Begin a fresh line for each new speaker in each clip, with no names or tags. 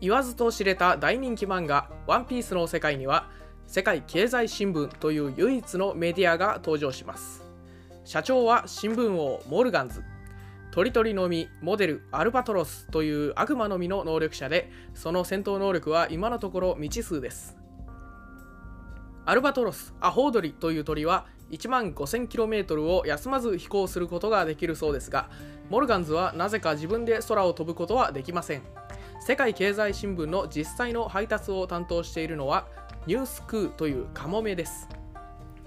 言わずと知れた大人気漫画「ワンピースの世界には世界経済新聞という唯一のメディアが登場します社長は新聞王モルガンズ鳥鳥の実モデルアルバトロスという悪魔の実の能力者でその戦闘能力は今のところ未知数ですアルバトロスアホウドリという鳥は1万 5000km を休まず飛行することができるそうですがモルガンズはなぜか自分で空を飛ぶことはできません世界経済新聞の実際の配達を担当しているのはニュースクーというカモメです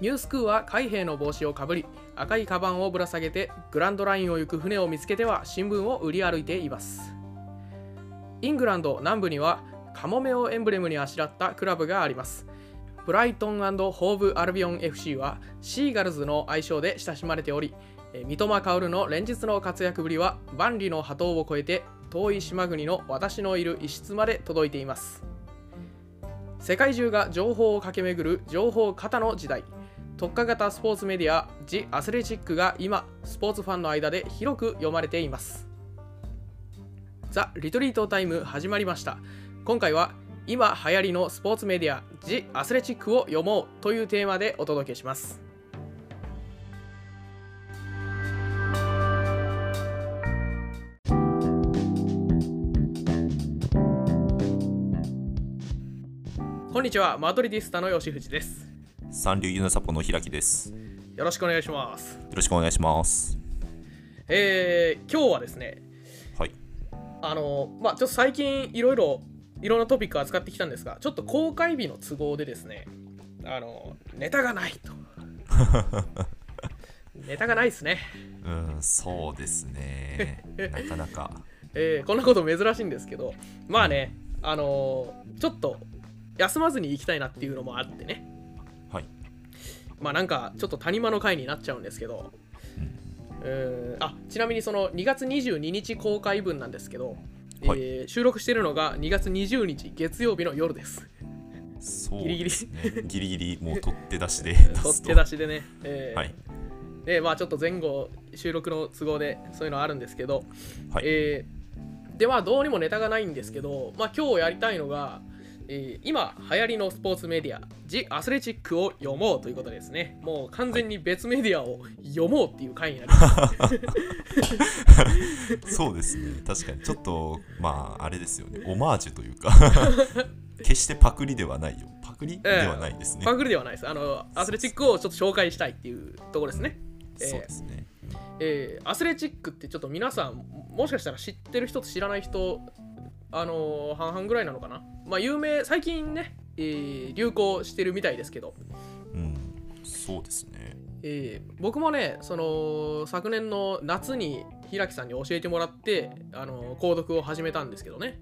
ニュースクーは海兵の帽子をかぶり赤いカバンをぶら下げてグランドラインを行く船を見つけては新聞を売り歩いていますイングランド南部にはカモメをエンブレムにあしらったクラブがありますブライトンホーブ・アルビオン FC はシーガルズの愛称で親しまれておりえー三笘薫の連日の活躍ぶりは万里の波頭を越えて遠い島国の私のいる一室まで届いています世界中が情報を駆け巡る情報過多の時代特化型スポーツメディア「ジ・アスレチック」が今スポーツファンの間で広く読まれていますザ・リトリートタイム始まりました今回は今流行りのスポーツメディア「ジ・アスレチック」を読もうというテーマでお届けしますこんにちはマドリディスタの吉藤です
三流ユナサポの開きです。よ
よろしくお願いします
ろしくお願いします。
えー今日はですね
はい。
あのまあちょっと最近いろいろいろんなトピック扱ってきたんですがちょっと公開日の都合でですねあのネタがないとネタがないですね、
うん、そうです ね。なかなか。
えーこんなこと珍しいんですけどまあねあのちょっと休まずに行きたいなっていうのもあってね
はい。
まあなんかちょっと谷間の回になっちゃうんですけどうーんあちなみにその2月22日公開分なんですけど、
はい
えー収録してるのが2月20日月曜日の夜です
そう
ギリギリ
ですね。ギリギリもう取って 出しで
取
出
っ
す
手
と。
出しでね、えー
はい。
でまあちょっと前後収録の都合でそういうのあるんですけど、
はい
えーでまあどうにもネタがないんですけど、まあ、今日やりたいのが、えー今流行りのスポーツメディア「ジ・アスレチック」を読もうということですねもう完全に別メディアを読もうっていう回になります
そうですね。確かに。ちょっと、まあ、あれですよね。オマージュという か。決してパクリではないよ。パクリではないですね。
パクリではないですあのアスレチックをちょっと紹介したいっていうところですねえー
そうですね。
えーアスレチックってちょっと皆さんもしかしたら知ってる人と知らない人あのー半々ぐらいなのかなまあ有名最近ね、えー流行してるみたいですけど、
うん。そうですね。
えー僕もねその昨年の夏に平木さんに教えてもらって、あのー購読を始めたんですけどね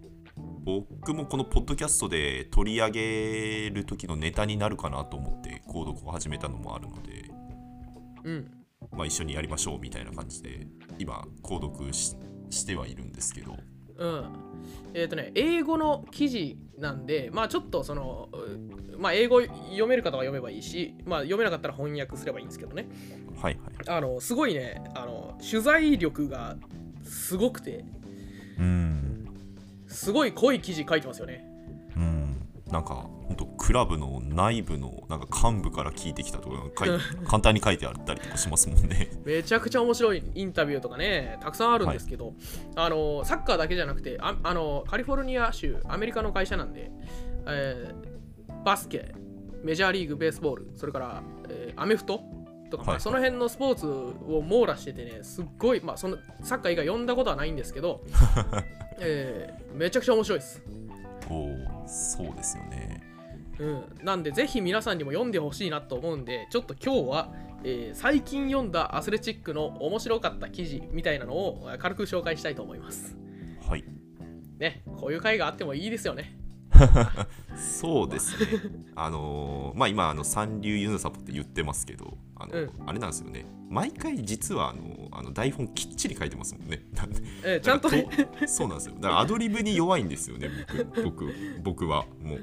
僕もこのポッドキャストで取り上げる時のネタになるかなと思って、購読を始めたのもあるので。
うん
まあ、一緒にやりましょうみたいな感じで今購読ししてはいるんですけど
うんえっ、とね英語の記事なんでまあちょっとそのうまあ英語読める方は読めばいいしまあ読めなかったら翻訳すればいいんですけどね
はいはい
あのすごいねあの取材力がすごくて
うん
すごい濃い記事書いてますよね
うんなんか本当クラブの内部のなんか幹部から聞いてきたとか 書い簡単に書いてあったりとかしますもんね
めちゃくちゃ面白いインタビューとかねたくさんあるんですけど、あのサッカーだけじゃなくてああのカリフォルニア州アメリカの会社なんで、えーバスケメジャーリーグベースボールそれから、えーアメフトとか、まあ
はい
その辺のスポーツを網羅しててねすっごい、まあ、そのサッカー以外読んだことはないんですけ ど、えーめちゃくちゃ面白いです
おおそうですよね
うん、なんでぜひ皆さんにも読んでほしいなと思うんでちょっと今日は、えー最近読んだアスレチックの面白かった記事みたいなのをえー軽く紹介したいと思います
はい
ねこういう回があってもいいですよね
そうです ねあのーまあ今あの三流ユナサポって言ってますけどあの、
うん
あれなんですよね毎回実はあのあの台本きっちり書いてますもんね なんで
えーちゃんとね
だからとそうなんですよだからアドリブに弱いんですよね僕僕僕はもう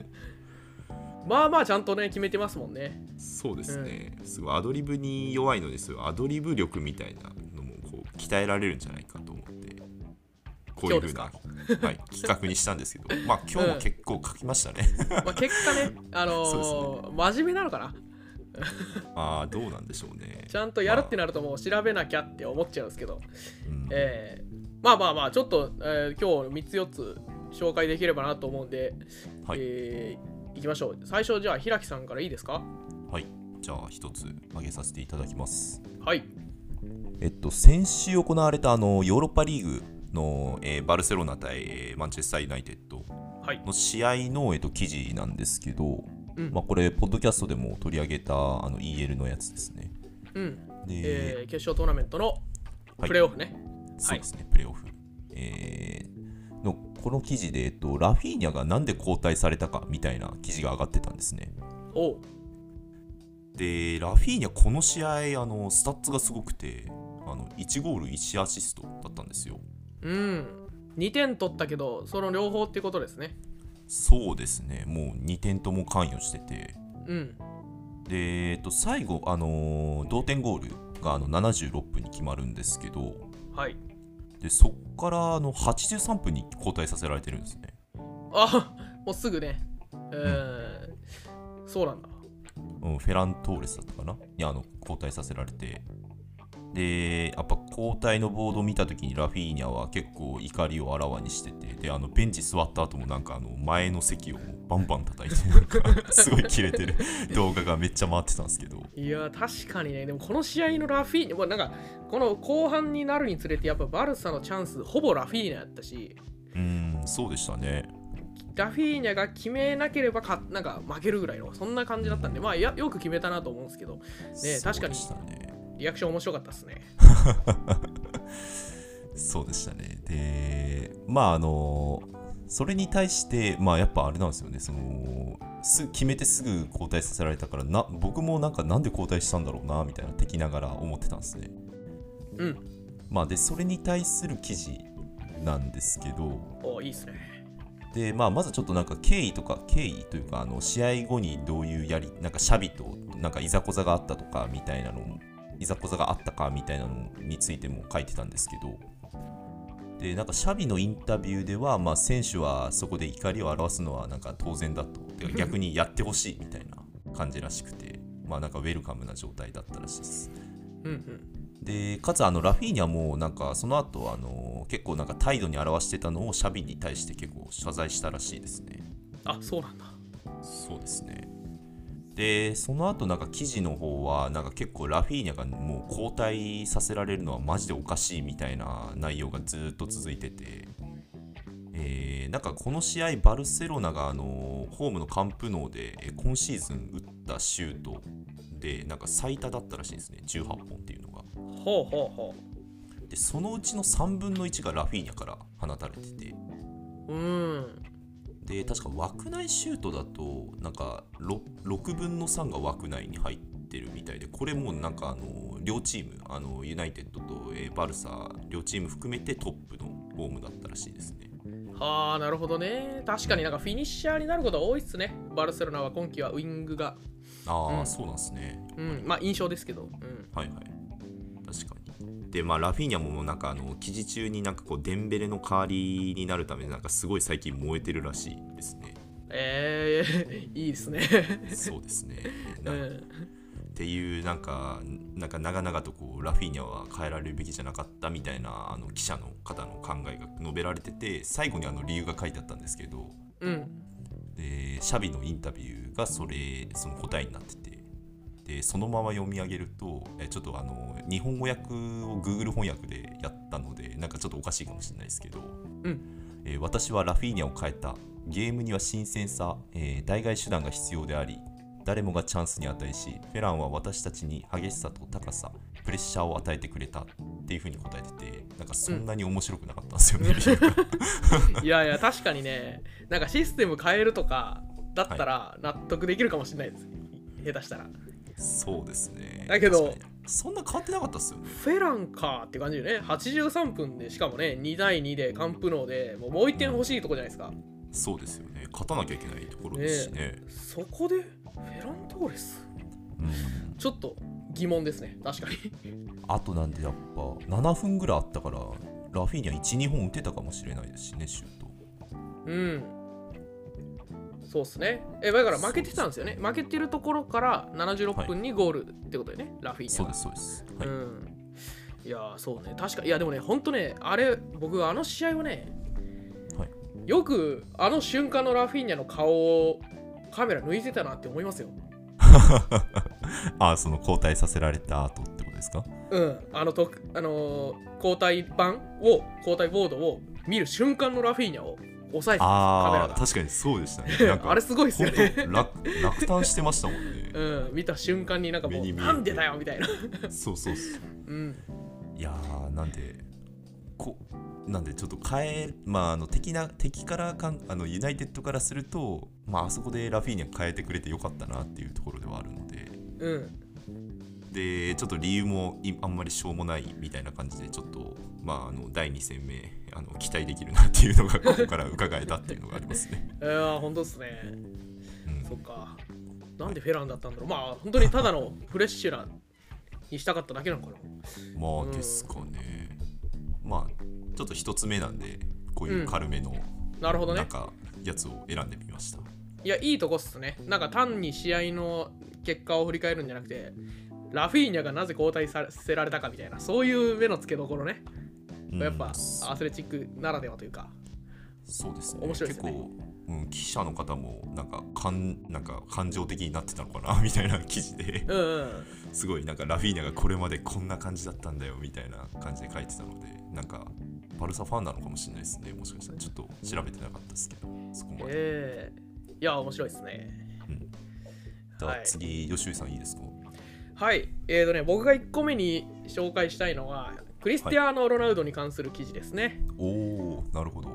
まあまあちゃんとね決めてますもんね
そうですね、すごいアドリブに弱いのですよアドリブ力みたいなのもこう鍛えられるんじゃないかと思ってこういうふうな、はい、企画にしたんですけど、まあ今日も結構書きました ね。
まあ、結果 ね、あのー
そう
真面目なのかな
ああ、どうなんでしょうね。
ちゃんとやるってなるともう調べなきゃって思っちゃうんですけど、
うん
えーまあまあまあちょっと、えー今日3つ4つ紹介できればなと思うんで、
はい
えーいきましょう最初じゃあ平木さんからいいですか
はい、じゃあ一つ挙げさせていただきます。
はい
えっと、先週行われたあのヨーロッパリーグの、えーバルセロナ対、えーマンチェスター・ユナイテッド
はい
の試合の、えっと、記事なんですけど、
うん
まあ、これ、ポッドキャストでも取り上げたあの EL のやつですね。
うんえ
で、
ー決勝トーナメントの
はい
プレーオフね、
そうですね、プレーオフ。えーのこの記事で、えっと、ラフィーニャがなんで交代されたかみたいな記事が上がってたんですね。
おう
で、ラフィーニャ、この試合、あのスタッツがすごくてあの、1ゴール1アシストだったんですよ。
うん2点取ったけどその両方ってことですね
そうですね、もう2点とも関与してて、
うん
で、えっと、最後、あのー同点ゴールがあの76分に決まるんですけど、
はい
でそこからあの83分に交代させられてるんですね。
あもうすぐねえーそうなんだ
うん、フェラントーレスだったかなにあの交代させられて。で、やっぱ交代のボードを見たときにラフィーニャは結構怒りをあらわにしてて、で、あのベンチ座った後もなんかあの前の席をバンバン叩いて、なんか すごいキレてる動画がめっちゃ回ってたんですけど。
いやー確かにねでもこの試合のラフィーニャまあなんかこの後半になるにつれてやっぱバルサのチャンスほぼラフィーニャやったし
うん、そうでしたね。
ラフィーニャが決めなければかなんか負けるぐらいのそんな感じだったんでまあやよく決めたなと思うんですけどね確かに
そうでしたね。
リアクション面白かったですね
そうでしたね。で、まああの、それに対して、まあやっぱあれなんですよね、その、す決めてすぐ交代させられたからな、僕もなんかなんで交代したんだろうな、みたいな、敵ながら思ってたんですね。
うん
まあで、それに対する記事なんですけど、
おいいですね
で、まあまずちょっとなんか経緯とか、経緯というか、あの、試合後にどういうやり、なんかシャビと、なんかいざこざがあったとか、みたいなのも、いざこざがあったか、みたいなのについても書いてたんですけど、でなんかシャビのインタビューでは、まあ、選手はそこで怒りを表すのはなんか当然だとてか逆にやってほしいみたいな感じらしくて、まあ、なんかウェルカムな状態だったらしいです。
うんうん
でかつあのラフィーニャもなんかその後あの結構なんか態度に表してたのをシャビに対して結構謝罪したらしいですね。
あそうなんだ
そうですねでその後なんか記事の方はなんか結構ラフィーニャがもう交代させられるのはマジでおかしいみたいな内容がずっと続いてて、えーなんかこの試合バルセロナがあのホームのカンプノーでえー今シーズン打ったシュートでなんか最多だったらしいんですね18本っていうのが
ほうほうほ
でそのうちの3分の1がラフィーニャから放たれてて
ううーん
で確か枠内シュートだとなんか 6, 分の3が枠内に入ってるみたいでこれもうなんかあの両チームあのユナイテッドとえーバルサ両チーム含めてトップのホームだったらしいですね
はあなるほどね確かになんかフィニッシャーになることが多いっすねバルセロナは今季はウイングが
ああ、
うん
そうなんですね
うんまあ印象ですけどうん
はいはい確かにでまあラフィーニャもなんかあの記事中になんかこうデンベレの代わりになるためなんかすごい最近燃えてるらしいです ね
えー、 いいですね
そうですね
う
なんっていうなんかなんか長々とこうラフィーニャは変えられるべきじゃなかったみたいなあの記者の方の考えが述べられてて最後にあの理由が書いてあったんですけど
うん
でシャビのインタビューがそれその答えになっててでそのまま読み上げるとえちょっとあの日本語訳を Google 翻訳でやったのでなんかちょっとおかしいかもしれないですけど、
ん
えー私はラフィーニャを変えたゲームには新鮮さ、えー代替手段が必要であり誰もがチャンスに値しフェランは私たちに激しさと高さプレッシャーを与えてくれたっていうふうに答えててなんかそんなに面白くなかったんですよね、
いやいや確かにねなんかシステム変えるとかだったら納得できるかもしれないです、下手したら
そうですね
だけど
確かにそんな変わってなかったっすよね
フェランかって感じでね83分でしかもね2対2で完封能でもうもう1点欲しいとこじゃないですか
そうですよね勝たなきゃいけないところですしね、
そこでフェラントーレス
うん、
ちょっと疑問ですね確かに
あとなんでやっぱ7分ぐらいあったからラフィーニャ1、2本打てたかもしれないですしね、シュート。
うん。そうっすね。え、だから負けてたんですよね。負けてるところから76分にゴールってことでね、ラフィーニャ
そう
が
です、そうです。はい。
うん。いやー、そうね。確か、いや、でもね、ほんとね、あれ、僕、あの試合をね、
はい
よくあの瞬間のラフィーニャの顔をカメラ抜いてたなって思いますよ。
ああ、その交代させられた後ってことですか
うん、あのと、あのー交代板を、交代ボードを見る瞬間のラフィーニャを押さえてたカメラ
あ
が
あ、。確かにそうでし たね。なんか
あれすごいですよね。
本当落落胆してましたもんね。
うん、見た瞬間になんかも
目
う、
に見えて
なんでだよみたいな。
そうそうそう。
うん、
いやーなんでこなんでちょっと変えまああの敵な敵からかんあのユナイテッドからするとまああそこでラフィーニャ変えてくれてよかったなっていうところではあるので
うん、
でちょっと理由もいあんまりしょうもないみたいな感じでちょっとまああの第2戦目あの期待できるなってい うのがここから伺えたっていうのがありますね。
えー、本当っすね。
うん
そっか。なんでフェランだったんだろう。まあ、本当にただのフレッシュなにしたかっただけなのかな。
ま
うん
あですかね。まあちょっと一つ目なんでこういう軽めの、
なるほど
なん
ね。
かやつを選んでみました。
いや、いいとこっすね。なんか単に試合の結果を振り返るんじゃなくて、ラフィーニャがなぜ交代させられたかみたいな、そういう目の付けどころね。
うん
やっぱアスレチックならではというか。
そうですね。
面白いですね
結構、うん、記者の方もなんかかんなんか感情的になってたのかなみたいな記事で
うんうん。
すごいなんかラフィーナがこれまでこんな感じだったんだよみたいな感じで書いてたのでなんかバルサファンなのかもしれないですねもしかしたらちょっと調べてなかったですけどそこまで。
ええいや、面白いっすね。
じゃあ
はい
次、吉井さんいいですか
はい、えーとね、僕が1個目に紹介したいのは、クリスティアーノ・ロナウドに関する記事ですね。
おおなるほど。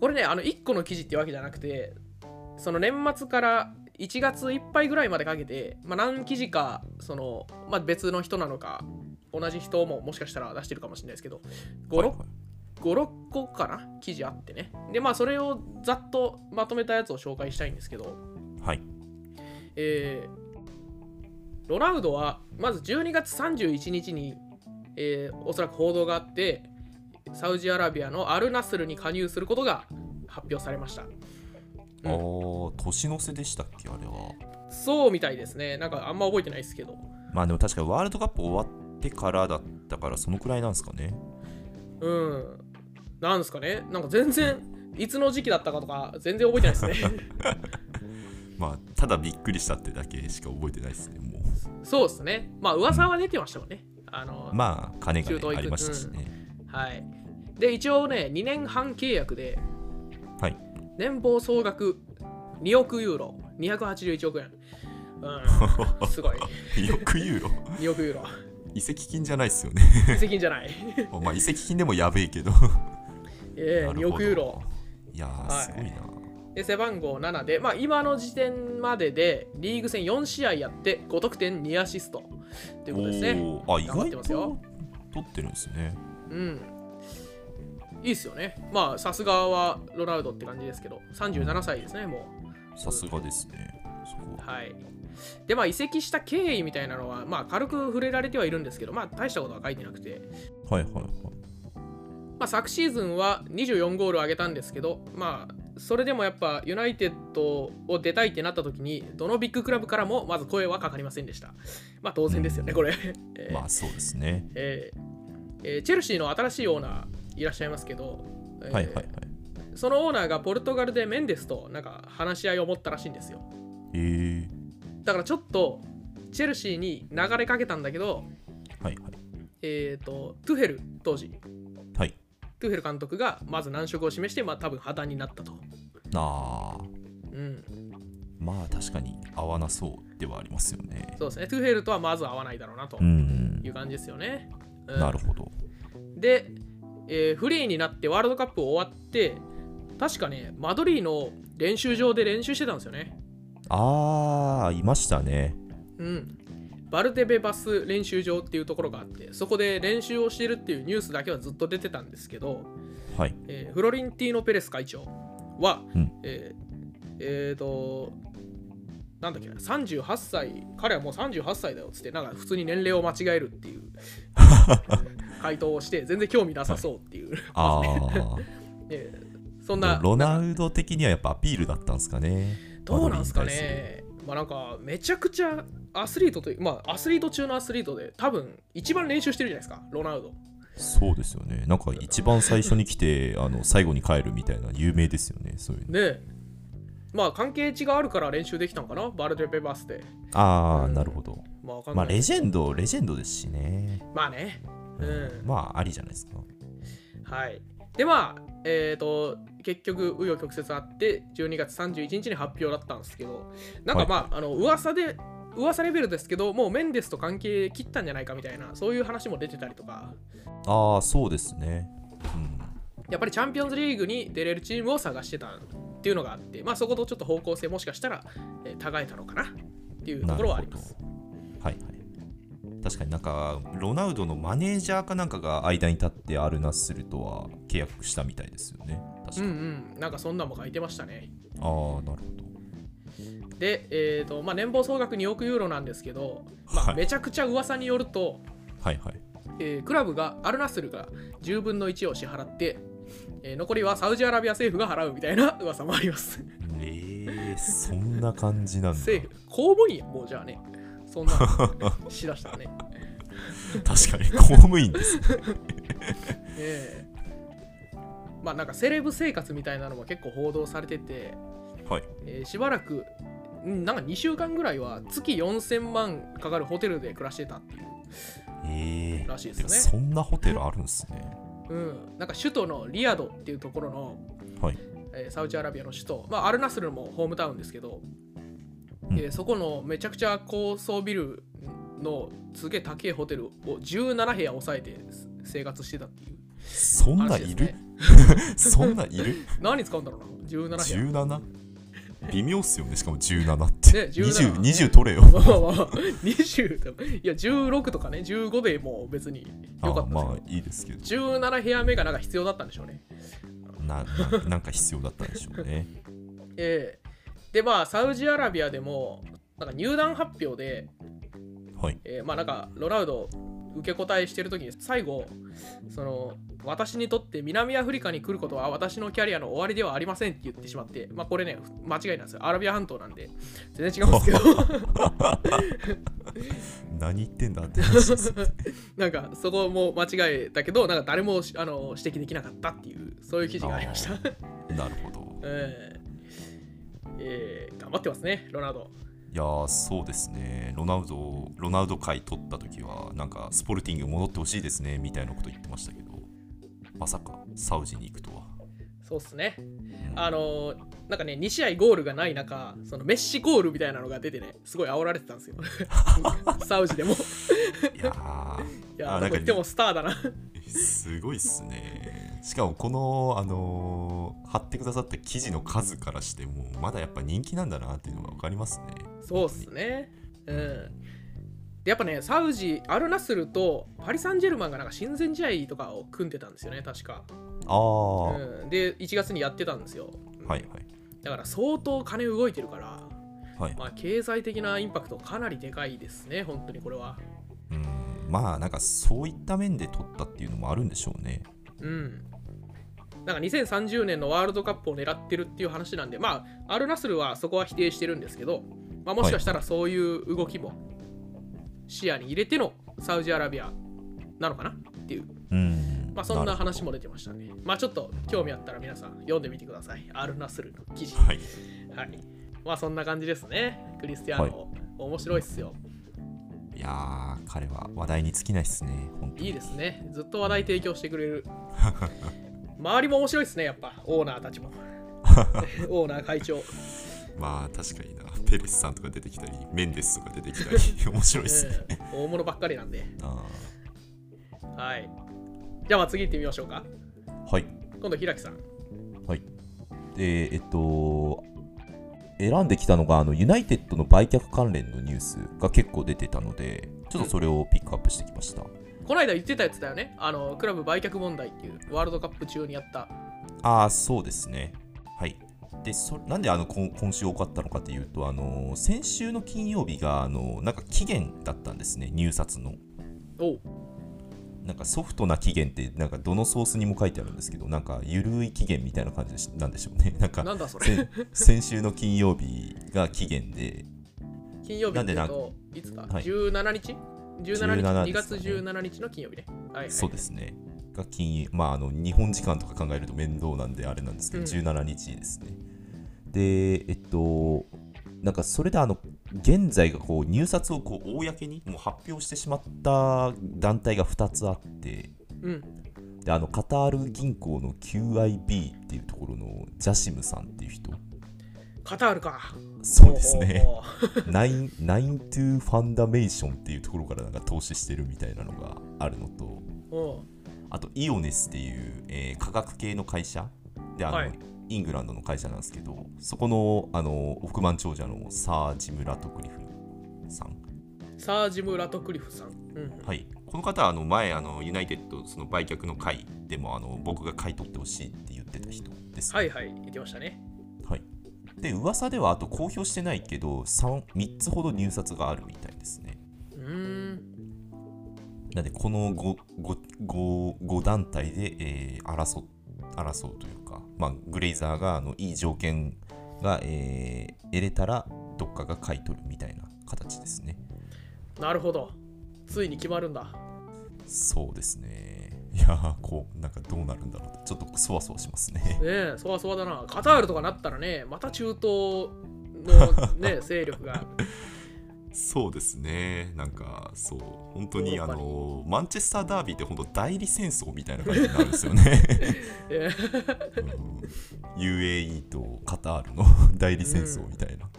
これね、あの1個の記事ってわけじゃなくて、その年末から1月いっぱいぐらいまでかけて、まあ、何記事か、そのまあ、別の人なのか、同じ人ももしかしたら出してるかもしれないですけど、5、
はい
6
はい
5、6個かな、記事あってね。で、まあ、それをざっとまとめたやつを紹介したいんですけど、
はい。
えーロナウドはまず12月31日に、えーおそらく報道があってサウジアラビアのアルナスルに加入することが発表されました
あー年の瀬でしたっけあれは。
そうみたいですねなんかあんま覚えてないですけど
まあでも確かにワールドカップ終わってからだったからそのくらいなんですかね。
うんなんですかねなんか全然いつの時期だったかとか全然覚えてないですね
まあただびっくりしたってだけしか覚えてないですねもう
そうですねまあ噂は出てましたもんねあの
まあ金が、
中東行
ね、
く
ありましたしね、
はいで一応ね2年半契約で
はい
年俸総額2億ユーロ281億円 うんすごい
よく言うよ
2億ユーロ
移籍金じゃないですよね
移籍金じゃない
まあ移籍金でもやべえけど
ええ
なる
2
ほど
億ユーロ
いやー
はい
すごいな、
で背番号7で、まあ、今の時点まででリーグ戦4試合やって5得点2アシストということですね
おーあ意
頑張っ
外
てますよ
と取ってるんですね
うんいいっすよねまあさすがはロナウドって感じですけど37歳ですねもう
さすがですねそこは
はいでまあ移籍した経緯みたいなのはまあ軽く触れられてはいるんですけどまあ大したことは書いてなくて
はいはいはい
まあ、昨シーズンは24ゴールを挙げたんですけど、まあ、それでもやっぱユナイテッドを出たいってなった時にどのビッグクラブからもまず声はかかりませんでした。まあ当然ですよねこれ、えー
まあそうですね
えーえーチェルシーの新しいオーナーいらっしゃいますけど、えー
はいはいはい
そのオーナーがポルトガルでメンデスとなんか話し合いを持ったらしいんですよ
えー、
だからちょっとチェルシーに流れかけたんだけど、
はいはい
えー、とトゥヘル当時
はい
トゥヘル監督がまず難色を示して、まあ、多分破綻になったと。
なあ
うん、
まあ確かに合わなそうではありますよね
そうですね、トゥヘルとはまず合わないだろうなと
うん
いう感じですよね。うん
なるほど
で、えーフリーになってワールドカップ終わって、確かね、マドリーの練習場で練習してたんですよね。
ああいましたね
うん。バルデベバス練習場っていうところがあって、そこで練習をしてるっていうニュースだけはずっと出てたんですけど、
はい
えーフロリンティーノ・ペレス会長は、
うん
えーえーと、なんだっけな、38歳、彼はもう38歳だよっつって、なんか普通に年齢を間違えるっていう。回答をして全然興味なさそうっていう、
ああ。
えー そん
で
な
もロナウド的にはやっぱアピールだったんですかね。
どうなんすかねまあなんかめちゃくちゃアスリートというまあアスリート中のアスリートで多分一番練習してるじゃないですかロナウド
そうですよね。なんか一番最初に来て、あの最後に帰るみたいな有名ですよね。そういうの。
でまあ関係値があるから練習できたんかなバルデベバスで
ああ、なるほど。
まあわかん
ま
な
あ
い
レジェンド、レジェンドですしね。
まあねうん
まあありじゃないですか。
はいでまあえっ、と結局紆余曲折あって12月31日に発表だったんですけどなんか
はい
まあ,、あの噂で噂レベルですけどもうメンデスと関係切ったんじゃないかみたいなそういう話も出てたりとか
ああ、そうですね。うん。
やっぱりチャンピオンズリーグに出れるチームを探してたっていうのがあって、まあ、そことちょっと方向性もしかしたら、えー、違えたのかなっていうところはあります。
はいはい。確かになんか、ロナウドのマネージャーかなんかが間に立ってアルナスルとは契約したみたいですよね。
う
確か
ん
に。
うん、なんかそんなんも書いてましたね。
ああ、なるほど。
で、えーとまあ、年俸総額2億ユーロなんですけど、ま
は
あ、
い
めちゃくちゃ噂によると、
はいはい。
えークラブがアルナスルが10分の1を支払って、えー残りはサウジアラビア政府が払うみたいな噂もあります。
ええそんな感じなんだ。
政府、公務員やもうじゃあね、そんなのしだしたらね。
確かに公務員です。
ええまあなんかセレブ生活みたいなのも結構報道されてて、
はい。
えーしばらくうんなんか2週間ぐらいは月4000万かかるホテルで暮らしてたっていう、
ええ
らしいですよね
てかそんなホテルあるんですね。
うん、なんか首都のリヤドっていうところの、
はい。
えーサウジアラビアの首都、まあ、アルナスルもホームタウンですけど、
うん
えーそこのめちゃくちゃ高層ビルのすげえ高いホテルを17部屋抑えて生活してたっていう
そんな
話で
い
す
る
ね。
そんない る
何に使うんだろうな17部屋
?17? 微妙っすよね、しかも17って。
ね17
20, 20取れよ。
まあまあまあ、20でもいや16とかね15でもう別に
あ
よか
あ
ったんです
ま
よ
あいいですけど
17部屋目がなんか必要だったんでしょうね
なな なんか必要だったんでしょうね。
ええでまあサウジアラビアでもなんか入団発表で、
はい。
えーまあなんかロナウド受け答えしてる時に最後その私にとって南アフリカに来ることは私のキャリアの終わりではありませんって言ってしまってまあこれね間違いなんですよアラビア半島なんで全然違うんですけど
何言ってんだって話 です。
なんかそこも間違いだけどなんか誰もあの指摘できなかったっていうそういう記事がありました
なるほど。
えーえー頑張ってますね、ロナウド。
いやーそうですね、ロナウド、ロナウド会取った時は、なんかスポルティング戻ってほしいですねみたいなこと言ってましたけど、まさかサウジに行くとは。
そうっすね。あのーなんかね、2試合ゴールがない中、そのメッシゴールみたいなのが出てね、すごい煽られてたん ですよ。サウジでも。い
いやー、
やー、
あ
どこ行ってもスターだな。
すごいっすね。しかもこの、あのー貼ってくださった記事の数からしても、まだやっぱ人気なんだなっていうのが分かりますね。
そうっすね。うん。でやっぱね、サウジ、アルナスルとパリ・サンジェルマンがなんか親善試合とかを組んでたんですよね、確か。
ああ、は
うん、で、1月にやってたんですよ。
いはい。
だから相当金動いてるから、
はい、
まあ、経済的なインパクトかなりでかいですね、本当にこれは。
うん、まあなんかそういった面で取ったっていうのもあるんでしょうね。
うん。なんか2030年のワールドカップを狙ってるっていう話なんで、まあ、アルナスルはそこは否定してるんですけど、まあ、もしかしたらそういう動きも視野に入れてのサウジアラビアなのかなっていう、
うん、
まあ、そんな話
も。
も出てましたね。まあ、ちょっと興味あったら皆さん読んでみてください。アルナスルの記事。
はい
はい。まあ、そんな感じですね。クリスティアーノ、面白いっすよ。
いやー、彼は話題に尽きないっすね、本当に。
いいですね。ずっと話題提供してくれ る。周りも面白いですね、やっぱ、オーナーたち も。オーナー会長。
まあ確かにな、ペレスさんとか出てきたり、メンデスとか出てきたり、面白いっすね。
ええ大物ばっかりなんで。
あ
はい。じゃあ、まあ次行ってみましょうか。
ーはい。
今度、平木さん。
はい。で、えっと、選んできたのが、あの、ユナイテッドの売却関連のニュースが結構出てたので、ちょっとそれをピックアップしてきました。
この間言ってたやつだよね。あの、クラブ売却問題っていう、ワールドカップ中にやった。
ああ、そうですね。はい。で、そなんであのこん今週多かったのかというと、あの先週の金曜日が、あのなんか期限だったんですね、入札の。
おう
なんかソフトな期限ってなんかどのソースにも書いてあるんですけどなんかゆるい期限みたいな感じでしなんでしょうねなんか
なんだそれ
先 先週の金曜日が期限で
金曜日っていうといつか
はい
17日17日
17
2月
ですか
17日の金曜日ねはいはい
そうですねが金曜まああの日本時間とか考えると面倒なんであれなんですけど
うん
17日ですねでえっとなんかそれであの現在がこう入札をこう公にもう発表してしまった団体が2つあって
うん
であのカタール銀行の QIB っていうところのジャシムさんっていう人
カタールか
そうですね
おーおー
ナインナイントゥファンダメーションっていうところからなんか投資してるみたいなのがあるのと
おー
あとイオネスっていう、えー科学系の会社であの、
はい
イングランドの会社なんですけどそこのあの億万長者のサー・ジム・ラトクリフさん
サージム・ラトクリフさん、うん、
はい、この方はあの前あのユナイテッドその売却の会でもあの僕が買い取ってほしいって言ってた人です、ね
はいはい行きましたね
はい、で噂ではあと公表してないけど 3, 3つほど入札があるみたいですね
うーん
なんでこの 5, 5, 5, 団体で、えー争っ争うというか、まあ、グレイザーがあのいい条件が、えー得れたらどっかが買い取るみたいな形ですね
なるほどついに決まるんだ
そうですねいやーこうなんかどうなるんだろうってちょっとそわそわしますね
ねえそわそわだなカタールとかなったらねまた中東の ね勢力が
そうですね、なんかそう、本当
ヨ
に
ーロ
あ
ッパに
のマンチェスターダービーって本当代理戦争みたいな感じになるんですよね。
えー
うん UAE とカタールの 代理戦争みたいな。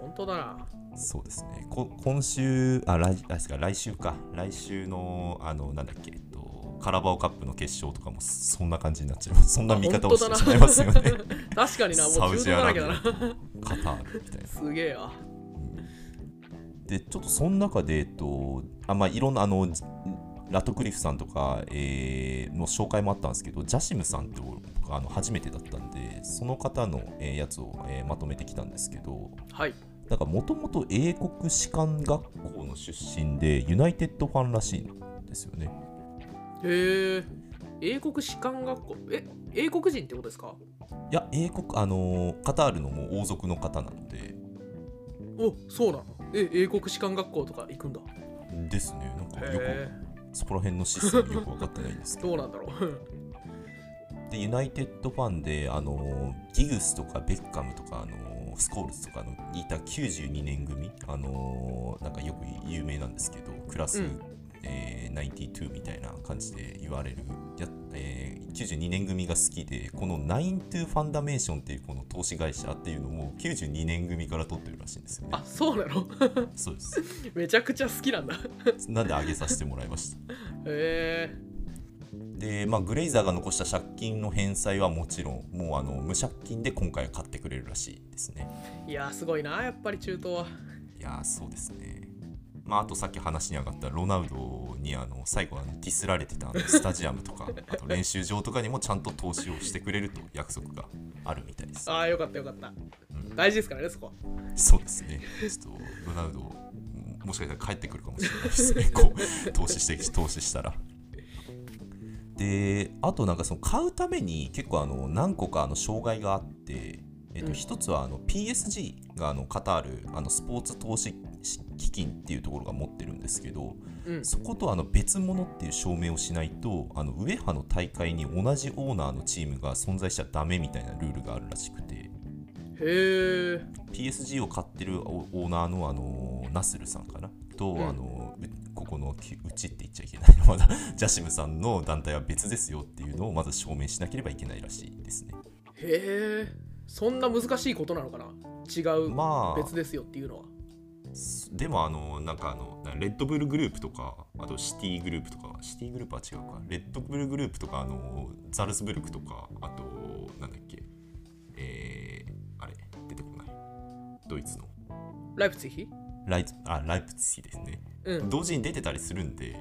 本当だな
そうですね、こ今週、あ、来あですか来週か、来週の、あの、なんだっけ、えっと、カラバオカップの決勝とかもそんな感じになっちゃいます。そんな見方をしてしまいますよね。
確かになもう
サ
中
ウ
東
ジ
だ
ア
ら
ラ
け
ビ
だ
ア
な
とカタールみたいな。
すげえよ
でちょっとその中で、えっとあまあ、いろんなあのラトクリフさんとか、えーの紹介もあったんですけどジャシムさんって僕あの初めてだったんでその方の、えーやつを、えーまとめてきたんですけど
はい
なんかもともと英国士官学校の出身でユナイテッドファンらしいんですよね
へえ英国士官学校え英国人ってことですか
いや英国あのカタールのもう王族の方なので
おそうなのえ英国士官学校とか行くんだ
ですねなんかよ
へ
くそこら辺のシステムよく分かってないんです
え
け ど
どうなんだろう
でユナイテッドファンであのギグスとかベッカムとかあのスコールズとかのいた92年組あのなんかよく有名なんですけどクラス、
うん
えー92みたいな感じで言われるや、えー92年組が好きでこの92ファンダメーションっていうこの投資会社っていうのも92年組から取ってるらしいんですよね
あそうなの
そうです
めちゃくちゃ好きなんだへ
なんで上げさせてもらいました
え
で、まあ、グレイザーが残した借金の返済はもちろんもうあの無借金で今回は買ってくれるらしいですね
いやーすごいなやっぱり中東はい
やーそうですねまああとさっき話に上がったロナウドにあの最後あのディスられてたあのスタジアムとかあと練習場とかにもちゃんと投資をしてくれると約束があるみたいです
ああよかったよかった
ん
大事ですからねそこ
そうですねちょっとロナウドうんもしかしたら帰ってくるかもしれないで すねこう投資して投資したらであとなんかその買うために結構あの何個かあの障害があってえっ
う
と、
ん
一つはあの PSG があのカタールあのスポーツ投資基金っていうところが持ってるんですけど、
うん
そことあの別物っていう証明をしないとあのウエハの大会に同じオーナーのチームが存在しちゃダメみたいなルールがあるらしくて
へえ
PSG を買ってるオオーナーのあのナスルさんかなと、
うん
あのうここのきうちって言っちゃいけないのま だジャシムさんの団体は別ですよっていうのをまず証明しなければいけないらしいですね。
へえそんな難しいことなのかな違う
まあ
別ですよっていうのは
すでもあのなんかあのレッドブルグループとかあとシティグループとかシティグループは違うかレッドブルグループとかあのザルスブルクとかあとなんだっけえー、あれ出てこないドイツの
ライプツィヒ
ライツあライプツィヒですね
うん
同時に出てたりするんで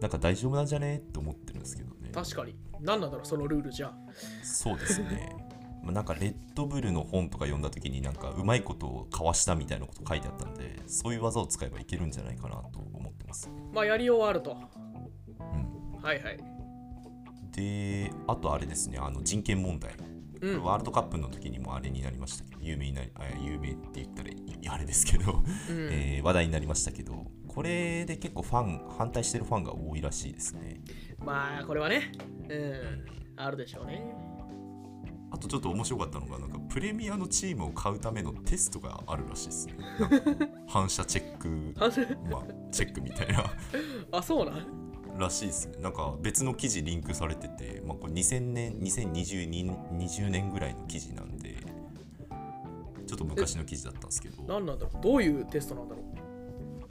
なんか大丈夫なんじゃねと思ってるんですけどね
確かに何なんだろうそのルールじゃあ
そうですね まあなんかレッドブルの本とか読んだ時になんかうまいことをかわしたみたいなこと書いてあったんでそういう技を使えばいけるんじゃないかなと思ってます
まあやりようはあると
うん
はいはい。
であとあれですねあの人権問題
うん。
ワールドカップの時にもあれになりましたけど有名になりあ有名って言ったらいあれですけど、
うん
えー話題になりましたけどこれで結構ファン反対してるファンが多いらしいですね
まあ、これはね、うん、あるでしょうね。
あとちょっと面白かったのがなんかプレミアのチームを買うためのテストがあるらしいですねなんか反射チェック
あそれ
まあチェックみたいな
あ、そうなん
らしいですねなんか別の記事リンクされてて、まあ、これ2000年2022 20年ぐらいの記事なんでちょっと昔の記事だったんですけど
何なんだろうどういうテストなんだろ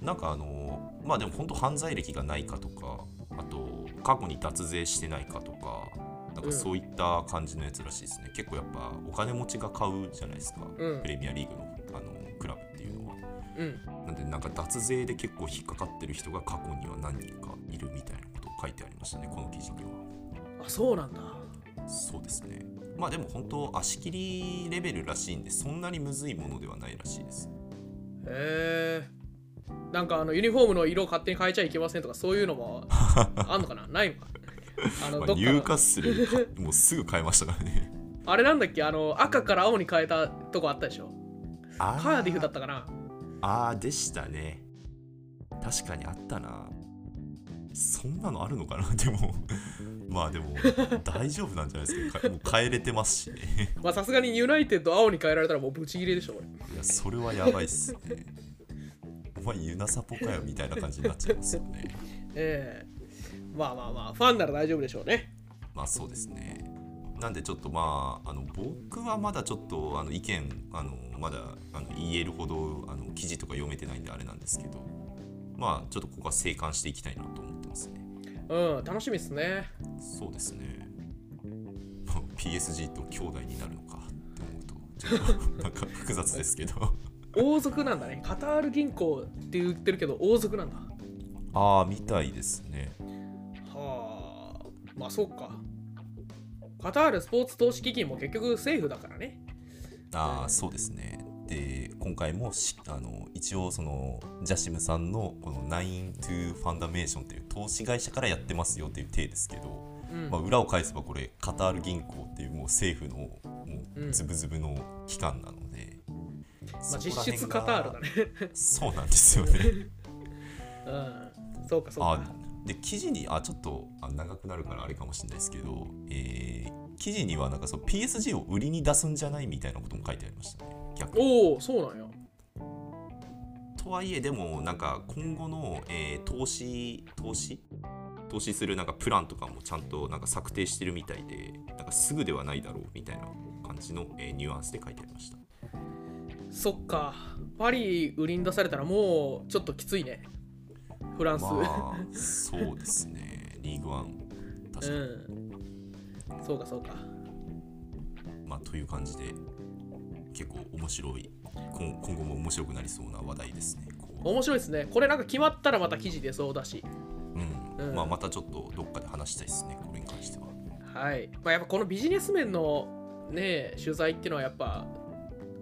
なんかあのまあでも本当犯罪歴がないかとかあと過去に脱税してないかとかなんかそういった感じのやつらしいですね、結構やっぱお金持ちが買うじゃないですか、
うん
プレミアリーグのあのクラブっていうのは
ううん。
なんでなんか脱税で結構引っかかってる人が過去には何人かいるみたいなことを書いてありましたねこの記事には
あ、そうなんだ。
そうですねまあでも本当足切りレベルらしいんでそんなにむずいものではないらしいです
へえ。なんかあのユニフォームの色を勝手に変えちゃいけませんとかそういうの もあんのかなないのかあの
まあ
どっ
ニューカ
か
ッスルかもうすぐ買いましたからね
あれなんだっけあの赤から青に変えたとこあったでしょ
あ
カーディフだったかな
あーでしたね確かにあったなそんなのあるのかなでも まあでも大丈夫なんじゃないですかかもう変えれてますしね
まあさすがにユナイテッド青に変えられたらもうブチギレでしょこれ
いやそれはやばいっすねお前ユナサポかよみたいな感じになっちゃいますよね
ええまあまあまあファンなら大丈夫でしょうね
まあそうですねなんでちょっとまああの僕はまだちょっとあの意見あのまだあの言えるほどあの記事とか読めてないんであれなんですけどまあちょっとここは静観していきたいなと思ってますね
うん楽しみっすね
そうですね。 まあ PSG と兄弟になるのかって思うと、ちょっと なんか複雑です けど。
王族なんだねカタール銀行って言ってるけど王族なんだ
ああ、みたいですね。
はあまあそっかカタールスポーツ投資基金も結局政府だからね
ああ、そうですね。で、今回もしあの一応、そのジャシムさんのこの9 to ファンダメーションという投資会社からやってますよっていう体ですけど、
うん
まあ、裏を返せばこれ、カタール銀行っていうもう政府のも
うん
うズブズブの機関なので、
ま
そ
あ、
こら辺が
実質カタールだ。ね。
そうなんですよね。
うん、そうかそう
あ
か。
で記事にあちょっとあ長くなるからあれかもしれないですけど、えー記事にはなんかそう PSG を売りに出すんじゃないみたいなことも書いてありましたね逆に
おお、そうなんや。
とはいえでもなんか今後の、えー投資投資投資するなんかプランとかもちゃんとなんか策定してるみたいでなんかすぐではないだろうみたいな感じの、えーニュアンスで書いてありました
そっか。パリ売りに出されたらもうちょっときついね。フランス。
まあそうですねリーグワン確
う
かに、
ん。そうかそうか。
まあという感じで結構面白い今今後も面白くなりそうな話題ですねこう
面白いですね。これなんか決まったらまた記事出そうだし。
うん
うん
まあ、またちょっとどっかで話したいですねこれに関しては
はい。まあ、やっぱこのビジネス面のね、取材っていうのはやっぱ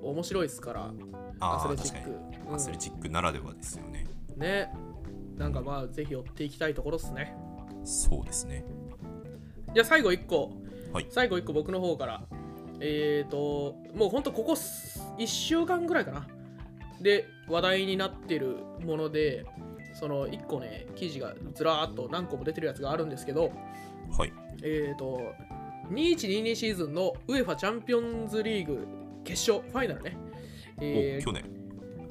面白いですから。ア
あ
ス
あ
レチ
確か
ッ
に
ク。
アスレチックならではですよね、
うん、ね。なんかまあ、ぜひ追っていきたいところですね。
そうですね
じゃあ最後1個、
はい
最後1個僕の方からえっ、ー、ともうほんとここ1週間ぐらいかなで話題になってるものでその1個ね記事がずらーっと何個も出てるやつがあるんですけど
はい
えっ、ー、と2122シーズンの UEFA チャンピオンズリーグ決勝ファイナルね、
お
えー
去年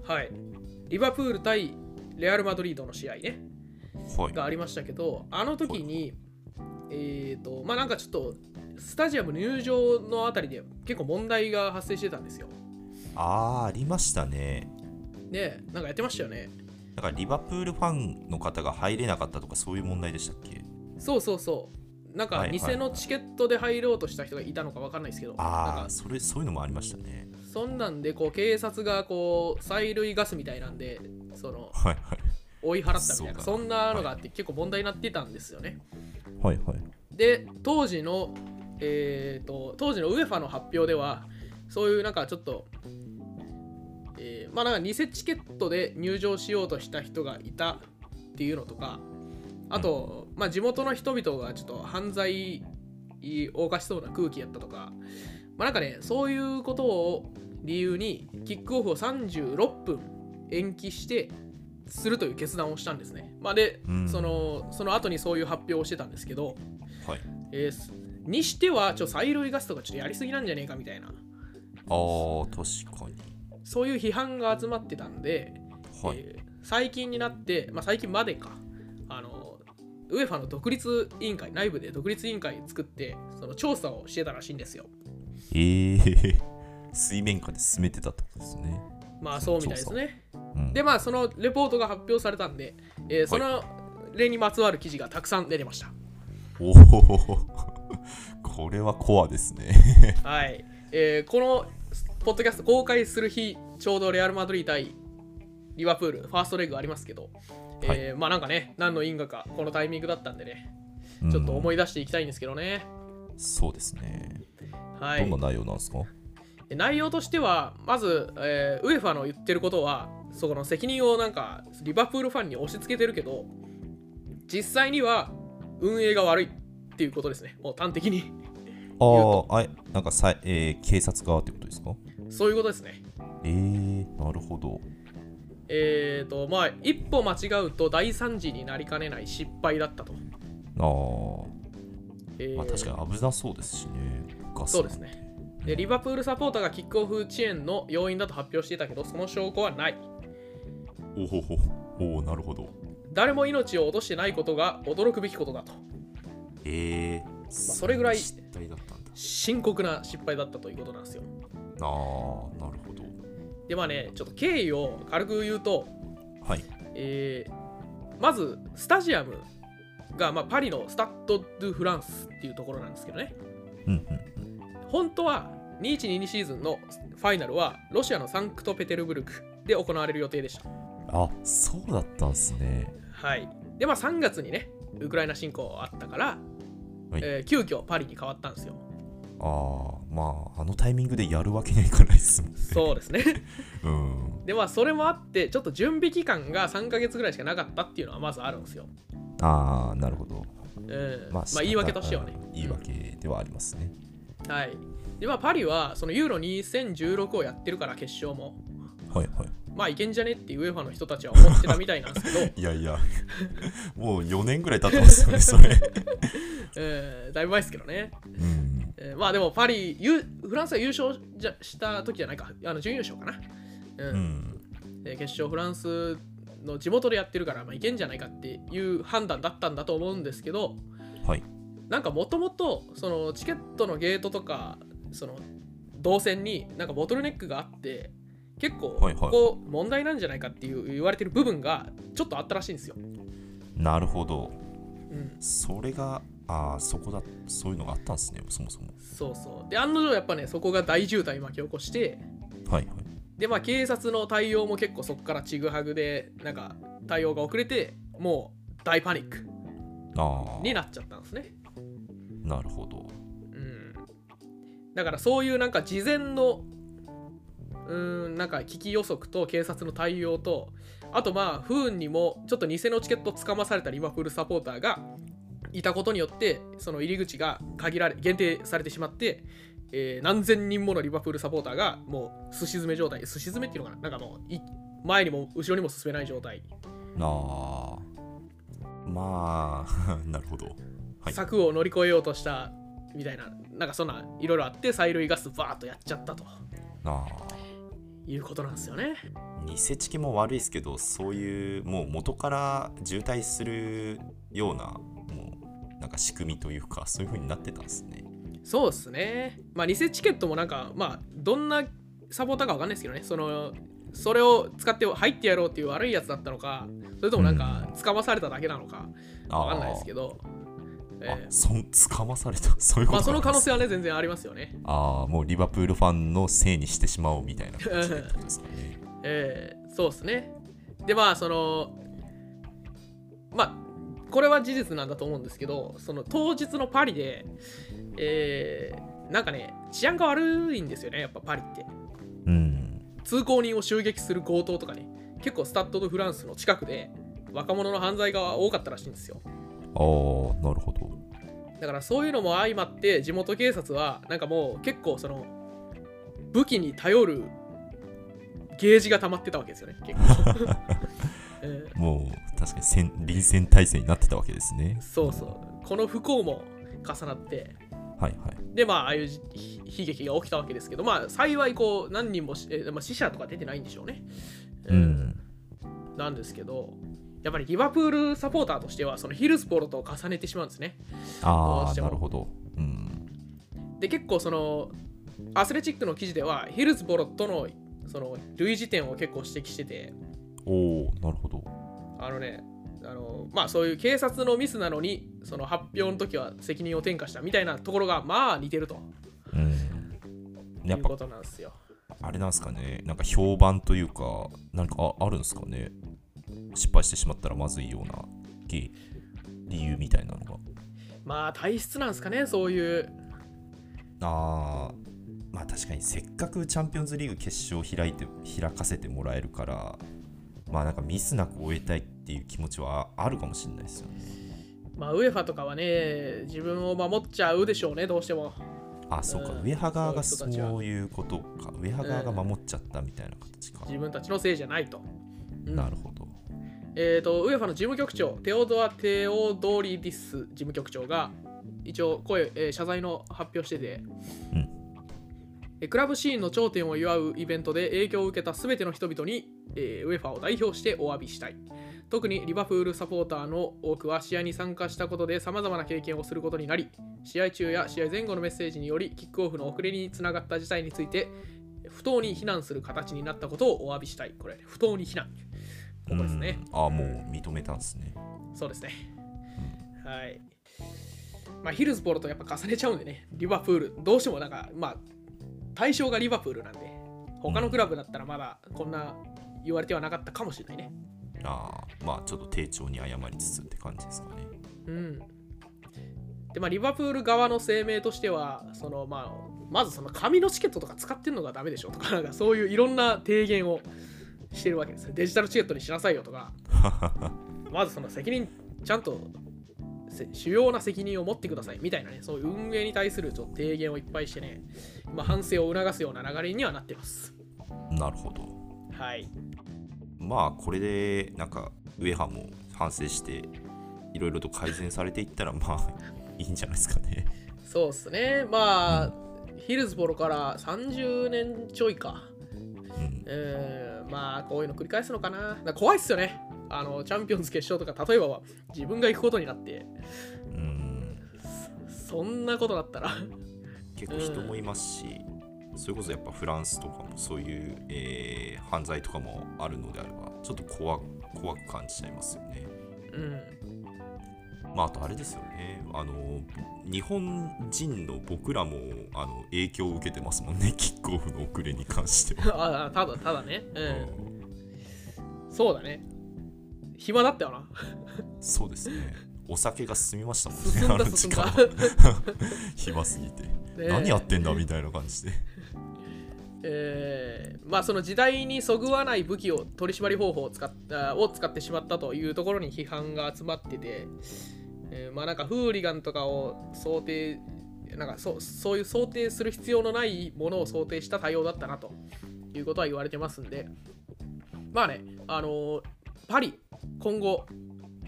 はいリバプール対レアル・マドリードの試合ね、
はい
がありましたけどあの時にえっ、とまあなんかちょっとスタジアム入場のあたりで結構問題が発生してたんですよ
ああーありましたね
でなんかやってましたよね
だからリバプールファンの方が入れなかったとかそういう問題でしたっけ
そうそうそうなん
は
か
いはい
偽のチケットで入ろうとした人がいたのかわかんないですけど、
あ
なん
あ
か
それそういうのもありましたね
そんなんでこう警察がこう催涙ガスみたいなんでその
はいはい
追い払ったみたいな
そ
そんなのがあっ
は
て結構問題になってたんですよね
はいはい
で当時のえー、と当時の UEFA の発表ではそういうなんかちょっと、えーまあなんか偽チケットで入場しようとした人がいたっていうのとかあと、まあ、地元の人々がちょっと犯罪を犯しそうな空気やったとか、まあ、なんかねそういうことを理由にキックオフを36分延期してするという決断をしたんですね、まあ、で、
うん
そのその後にそういう発表をしてたんですけど、
はい。
えーすにしてはちょっと催涙ガスとかちょっとやりすぎなんじゃねえかみたいな
ああ、確かに。
そういう批判が集まってたんで、
はい。
えー最近になって、まあ、最近までかあのウェファの独立委員会内部で独立委員会作ってその調査をしてたらしいんですよ
ええ水面下で進めてたってことですね。
まあそうみたいですね
うん、
でまあそのレポートが発表されたんで、えーその例にまつわる記事がたくさん出てました
おお、これはコアですね。
はい、えーこのポッドキャスト公開する日ちょうどレアル・マドリー対リバプールファーストレグありますけど、えーまあなんかね何の因果かこのタイミングだったんでねちょっと思い出していきたいんですけどね、
うんそうですね。
は
ど
い
んな内容なんですか、
内容としてはまず、えーウェファの言ってることはそこの責任をなんかリバプールファンに押し付けてるけど実際には運営が悪いっていうことですねもう端的に
ああ、あいなんかさい、えー警察側ってことですか
そういうことですね
えー、なるほど。
えーとまあ一歩間違うと大惨事になりかねない失敗だったと、
あ
えー
あ、まあ確かに危なそうですしね。ガス
そうですねでリバプールサポーターがキックオフ遅延の要因だと発表していたけどその証拠はない
おおおおなるほど。
誰も命を落としてないことが驚くべきことだと
えー、
それぐらい
失態だったんだ。
深刻な失敗だったということなんですよ
ああ、なるほど。
でまあねちょっと経緯を軽く言うと、
はい。
えーまずスタジアムが、まあ、パリのスタッド・ドゥ・フランスっていうところなんですけどね
うんうん。
本当は2122シーズンのファイナルはロシアのサンクトペテルブルクで行われる予定でした
あそうだったんですね。
はいでまあ3月にねウクライナ侵攻あったから、
はい
えー急遽パリに変わったん ですよ
ああ、まあ、あのタイミングでやるわけにはいかないで すもん。
そうですね
うん。
でまあそれもあってちょっと準備期間が3ヶ月ぐらいしかなかったっていうのはまずあるんですよ、
ああ、なるほど。
うん
ま
ま
あ
あ、、
仕方
言い訳としてはね
うん言い訳ではありますね。
はい。で、まあ、パリは、そのユーロ2016をやってるから、決勝も。
はいは
まあ、いけんじゃねっていう UEFA の人たちは思ってたみたいなんですけど
、い。いやいや、もう4年ぐらい経ってますよね、それ。
えーだいぶ前ですけどね。
うん。
えーまあ、でも、パリ、ゆフランスが優勝じゃした時じゃないか、あの準優勝かな。うん
うん。
えー決勝、フランスの地元でやってるから、まあ、いけんじゃないかっていう判断だったんだと思うんですけど、
はい。
なんかもともとそのチケットのゲートとかその動線になんかボトルネックがあって結構
はいはい
ここ問題なんじゃないかっていう言われてる部分がちょっとあったらしいんですよ。
なるほど。
うん、
それが、ああ、そこだ、そういうのがあったんですね、そもそも。
そうそうで案の定やっぱねそこが大渋滞巻き起こして
はいはい。
でまあ警察の対応も結構そこからちぐはぐでなんか対応が遅れてもう大パニック
あ
になっちゃったんですね。
あ、なるほど。
うん、だからそういうなんか事前のうーんなんか危機予測と警察の対応とあとまあ不運にもちょっと偽のチケットをつかまされたリバプールサポーターがいたことによってその入り口が限られ限定されてしまって、えー何千人ものリバプールサポーターがもうすし詰め状態すし詰めっていうのかななんかもうい前にも後ろにも進めない状態、
ああ、まあ、 なるほど。はい。
柵を乗り越えようとしたみたいななんかそんないろいろあって催涙ガスバーッとやっちゃったと
ああ。
いうことなんですよね。
偽チケも悪いですけどそういうもう元から渋滞するようなもうなんか仕組みというかそういう風になってたんですね
そうですね。まあ、偽チケットもなんか、まあ、どんなサポーターかわかんないですけどね、その、それを使って入ってやろうっていう悪いやつだったのか、それともなんか、捕まされただけなのか、
あー
わかんないですけど、
あ
えー
そん捕まされたそういうこ
ま
と
あ、その可能性
は
はね、全然ありますよね。
ああもうリバプールファンのせいにしてしまおうみたいな感じでってことです かね
えーそうですね。で、まあ、その、まあ、これは事実なんだと思うんですけど、その当日のパリで、えーなんかね、治安が悪いんですよね、やっぱパリって。
うん
通行人を襲撃する強盗とかね結構スタッド・ド・フランスの近くで若者の犯罪が多かったらしいんですよ
あーなるほど
だからそういうのも相まって地元警察はなんかもう結構その武器に頼るゲージが溜まってたわけですよね結構、 えー
もう確かに戦臨戦態勢になってたわけですね
そうそうこの不幸も重なって
はいはい
でまあああいうじひ悲劇が起きたわけですけどまあ幸いこう何人もし、えーまあ、死者とか出てないんでしょうね、えー
うん
なんですけどやっぱりリバプールサポーターとしてはそのヒルスポロと重ねてしまうんですねど
あ
うし
あ
ても
なるほどうん
で結構そのアスレチックの記事ではヒルスボロとのその類似点を結構指摘してて
おおなるほど
あのねあのまあそういう警察のミスなのにその発表の時は責任を転嫁したみたいなところがまあ似てると
うん
い
やっ
う
ぱ
ことなんですよ
あれなんですかねなんか評判というかなんかああるんですかね失敗してしまったらまずいようなき理由みたいなのが
まあ体質なんですかねそういう
あーまあ確かにせっかくチャンピオンズリーグ決勝開いて開かせてもらえるからまあなんかミスなく終えたいっていう気持ちはあるかもしれないですよね
まあウエファとかはね自分を守っちゃうでしょうねどうしても
あそうか、
うん
上羽側が
そういう人たちは
そういうことか上羽側が守っちゃったみたいな形か、
自分たちのせいじゃないと、うん
なるほど
えー、とウェファの事務局長テオドア・テオドリディス事務局長が一応声、えー謝罪の発表してて、
うん
えークラブシーンの頂点を祝うイベントで影響を受けた全ての人々に、えーウェファを代表してお詫びしたい特にリバプールサポーターの多くは試合に参加したことでさまざまな経験をすることになり試合中や試合前後のメッセージによりキックオフの遅れにつながった事態について不当に非難する形になったことをお詫びしたいこれ不当に非難ここですね、
うんああもう認めたんですね
そうですね。はい。まあ、ヒルズボロとやっぱ重ねちゃうんでね、リバプール、どうしてもなんか、まあ、対象がリバプールなんで、他のクラブだったらまだこんな言われてはなかったかもしれないね。
ああまあちょっと丁重に謝りつつって感じですかね
うん。で、まあ、リバプール側の声明としては、その、まあ、まずその紙のチケットとか使ってるのがダメでしょとか、なん かそういういろんな提言をしてるわけですよ。デジタルチケットにしなさいよとか、まずその責任ちゃんとせ主要な責任を持ってくださいみたいなねそういう運営に対するちょっと提言をいっぱいしてね、まあ、反省を促すような流れにはなってます
なるほど
はい
まあこれでなんか上ハも反省していろいろと改善されていったらまあいいんじゃないですかね
そうっすねまあヒルズボロから30年ちょいか
うん
うーんまあこういうの繰り返すのかなだから怖いっすよねあのチャンピオンズ決勝とか例えばは自分が行くことになって
うん
そんなことだったら
結構人もいますし、それこそやっぱフランスとかもそういう、えー犯罪とかもあるのであればちょっと怖怖く感じちゃいますよね
うん
まああとあれですよねあの日本人の僕らもあの影響を受けてますもんねキックオフの遅れに関しては、
ああただただねうんそうだね暇だったよ な
そうですね。お酒が進みましたもんね、
進ん
あ
だ
の
進
時
んだ
間。暇すぎて。
え
何やってんだみたいな感じで。
えーまあその時代にそぐわない武器を取り締まり方法を使ったを使ってしまったというところに批判が集まってて、えーまあなんかフーリガンとかを想定なんかそうそういう想定する必要のないものを想定した対応だったなということは言われてますんでまあねあのーパリ今後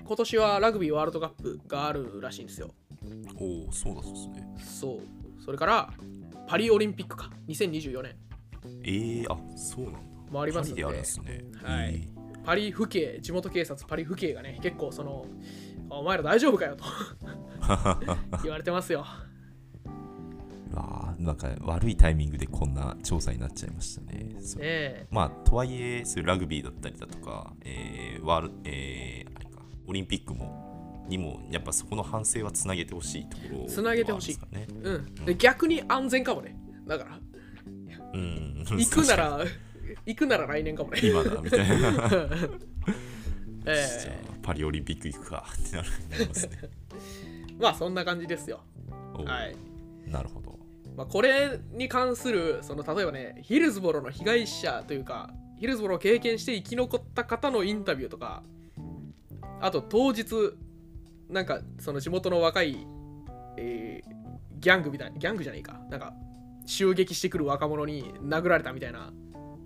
今年はラグビーワールドカップがあるらしいんですよ
おお、そうだそうですね。
そうそれからパリオリンピックか2024年
えー、あそうなんだ。
もありますん
パリであるんですね。
はい
え
パリ府警、地元警察、パリ府警がね、結構その、お前ら大丈夫か よと言われてますよ。
ーうわーなんか悪いタイミングでこんな調査になっちゃいましたね。そう
ねえ
まあ、とはいえ、そういうラグビーだったりだとか、えーワールえーあれかオリンピックも、にも、やっぱそこの反省はつなげてほしいところ
つなげてほしい
ではあるんですかね。
うん。で、逆に安全かもね。だから、
うん。
行くな ら、行くなら来年かもね。
今だみたいな。じゃ
ええ
あパリオリンピック行くかってなるなりますね。
まあ、そんな感じですよ。
おう
はい。
なるほど。
まあ、これに関する、その、例えばね、ヒルズボロの被害者というか、ヒルズボロを経験して生き残った方のインタビューとか、あと当日、なんかその地元の若い、えーギャングみたいなギャングじゃねえかなんか襲撃してくる若者に殴られたみたいな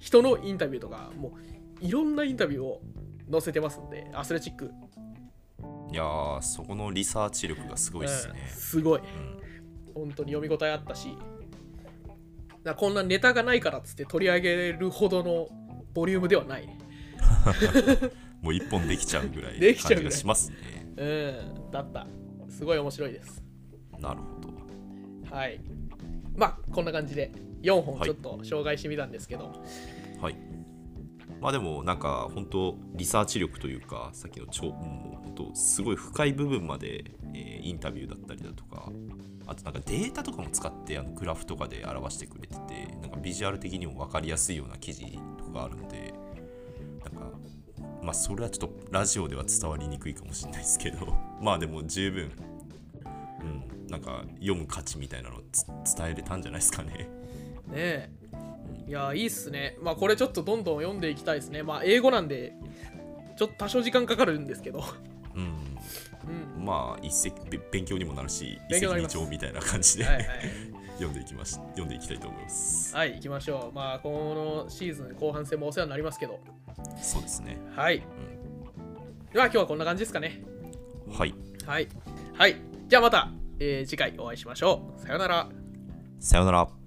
人のインタビューとかもういろんなインタビューを載せてますんでアスレチック
いやーそこのリサーチ力がすごいですね
うん、すごい
うん
本当に読み応えあったしなこんなネタがないからっつって取り上げるほどのボリュームではないね
もう一本できちゃうぐらい
できちゃう
感
ぐら
じが
い
しますね
うんだったすごい面白いです
なるほど
はいまあこんな感じで4本
はい
ちょっと紹介してみたんですけど、
はい。まあでもなんか本当リサーチ力というかさっきの超もう本当すごい深い部分まで、えーインタビューだったりだとかあとなんかデータとかも使ってあのグラフとかで表してくれててなんかビジュアル的にも分かりやすいような記事とかあるのでなんかまあそれはちょっとラジオでは伝わりにくいかもしれないですけど まあでも十分うんなんか読む価値みたいなのをつ伝えれたんじゃないですかね。
ねえいやーいいっすねまあこれちょっとどんどん読んでいきたいですねまあ英語なんでちょっと多少時間かかるんですけど
うん
うん
まあ一石べ勉強にもなるし
勉
一石
強になり
二
ます
鳥みたいな感じで、
はいはい
読んでいきまし読んでいきたいと思います。
はい行きましょうまあこのシーズン後半戦もお世話になりますけど
そうですね。
はい、では今日はこんな感じですかね
はい。
はいはいじゃあまた、えー次回お会いしましょうさよなら
さようなら。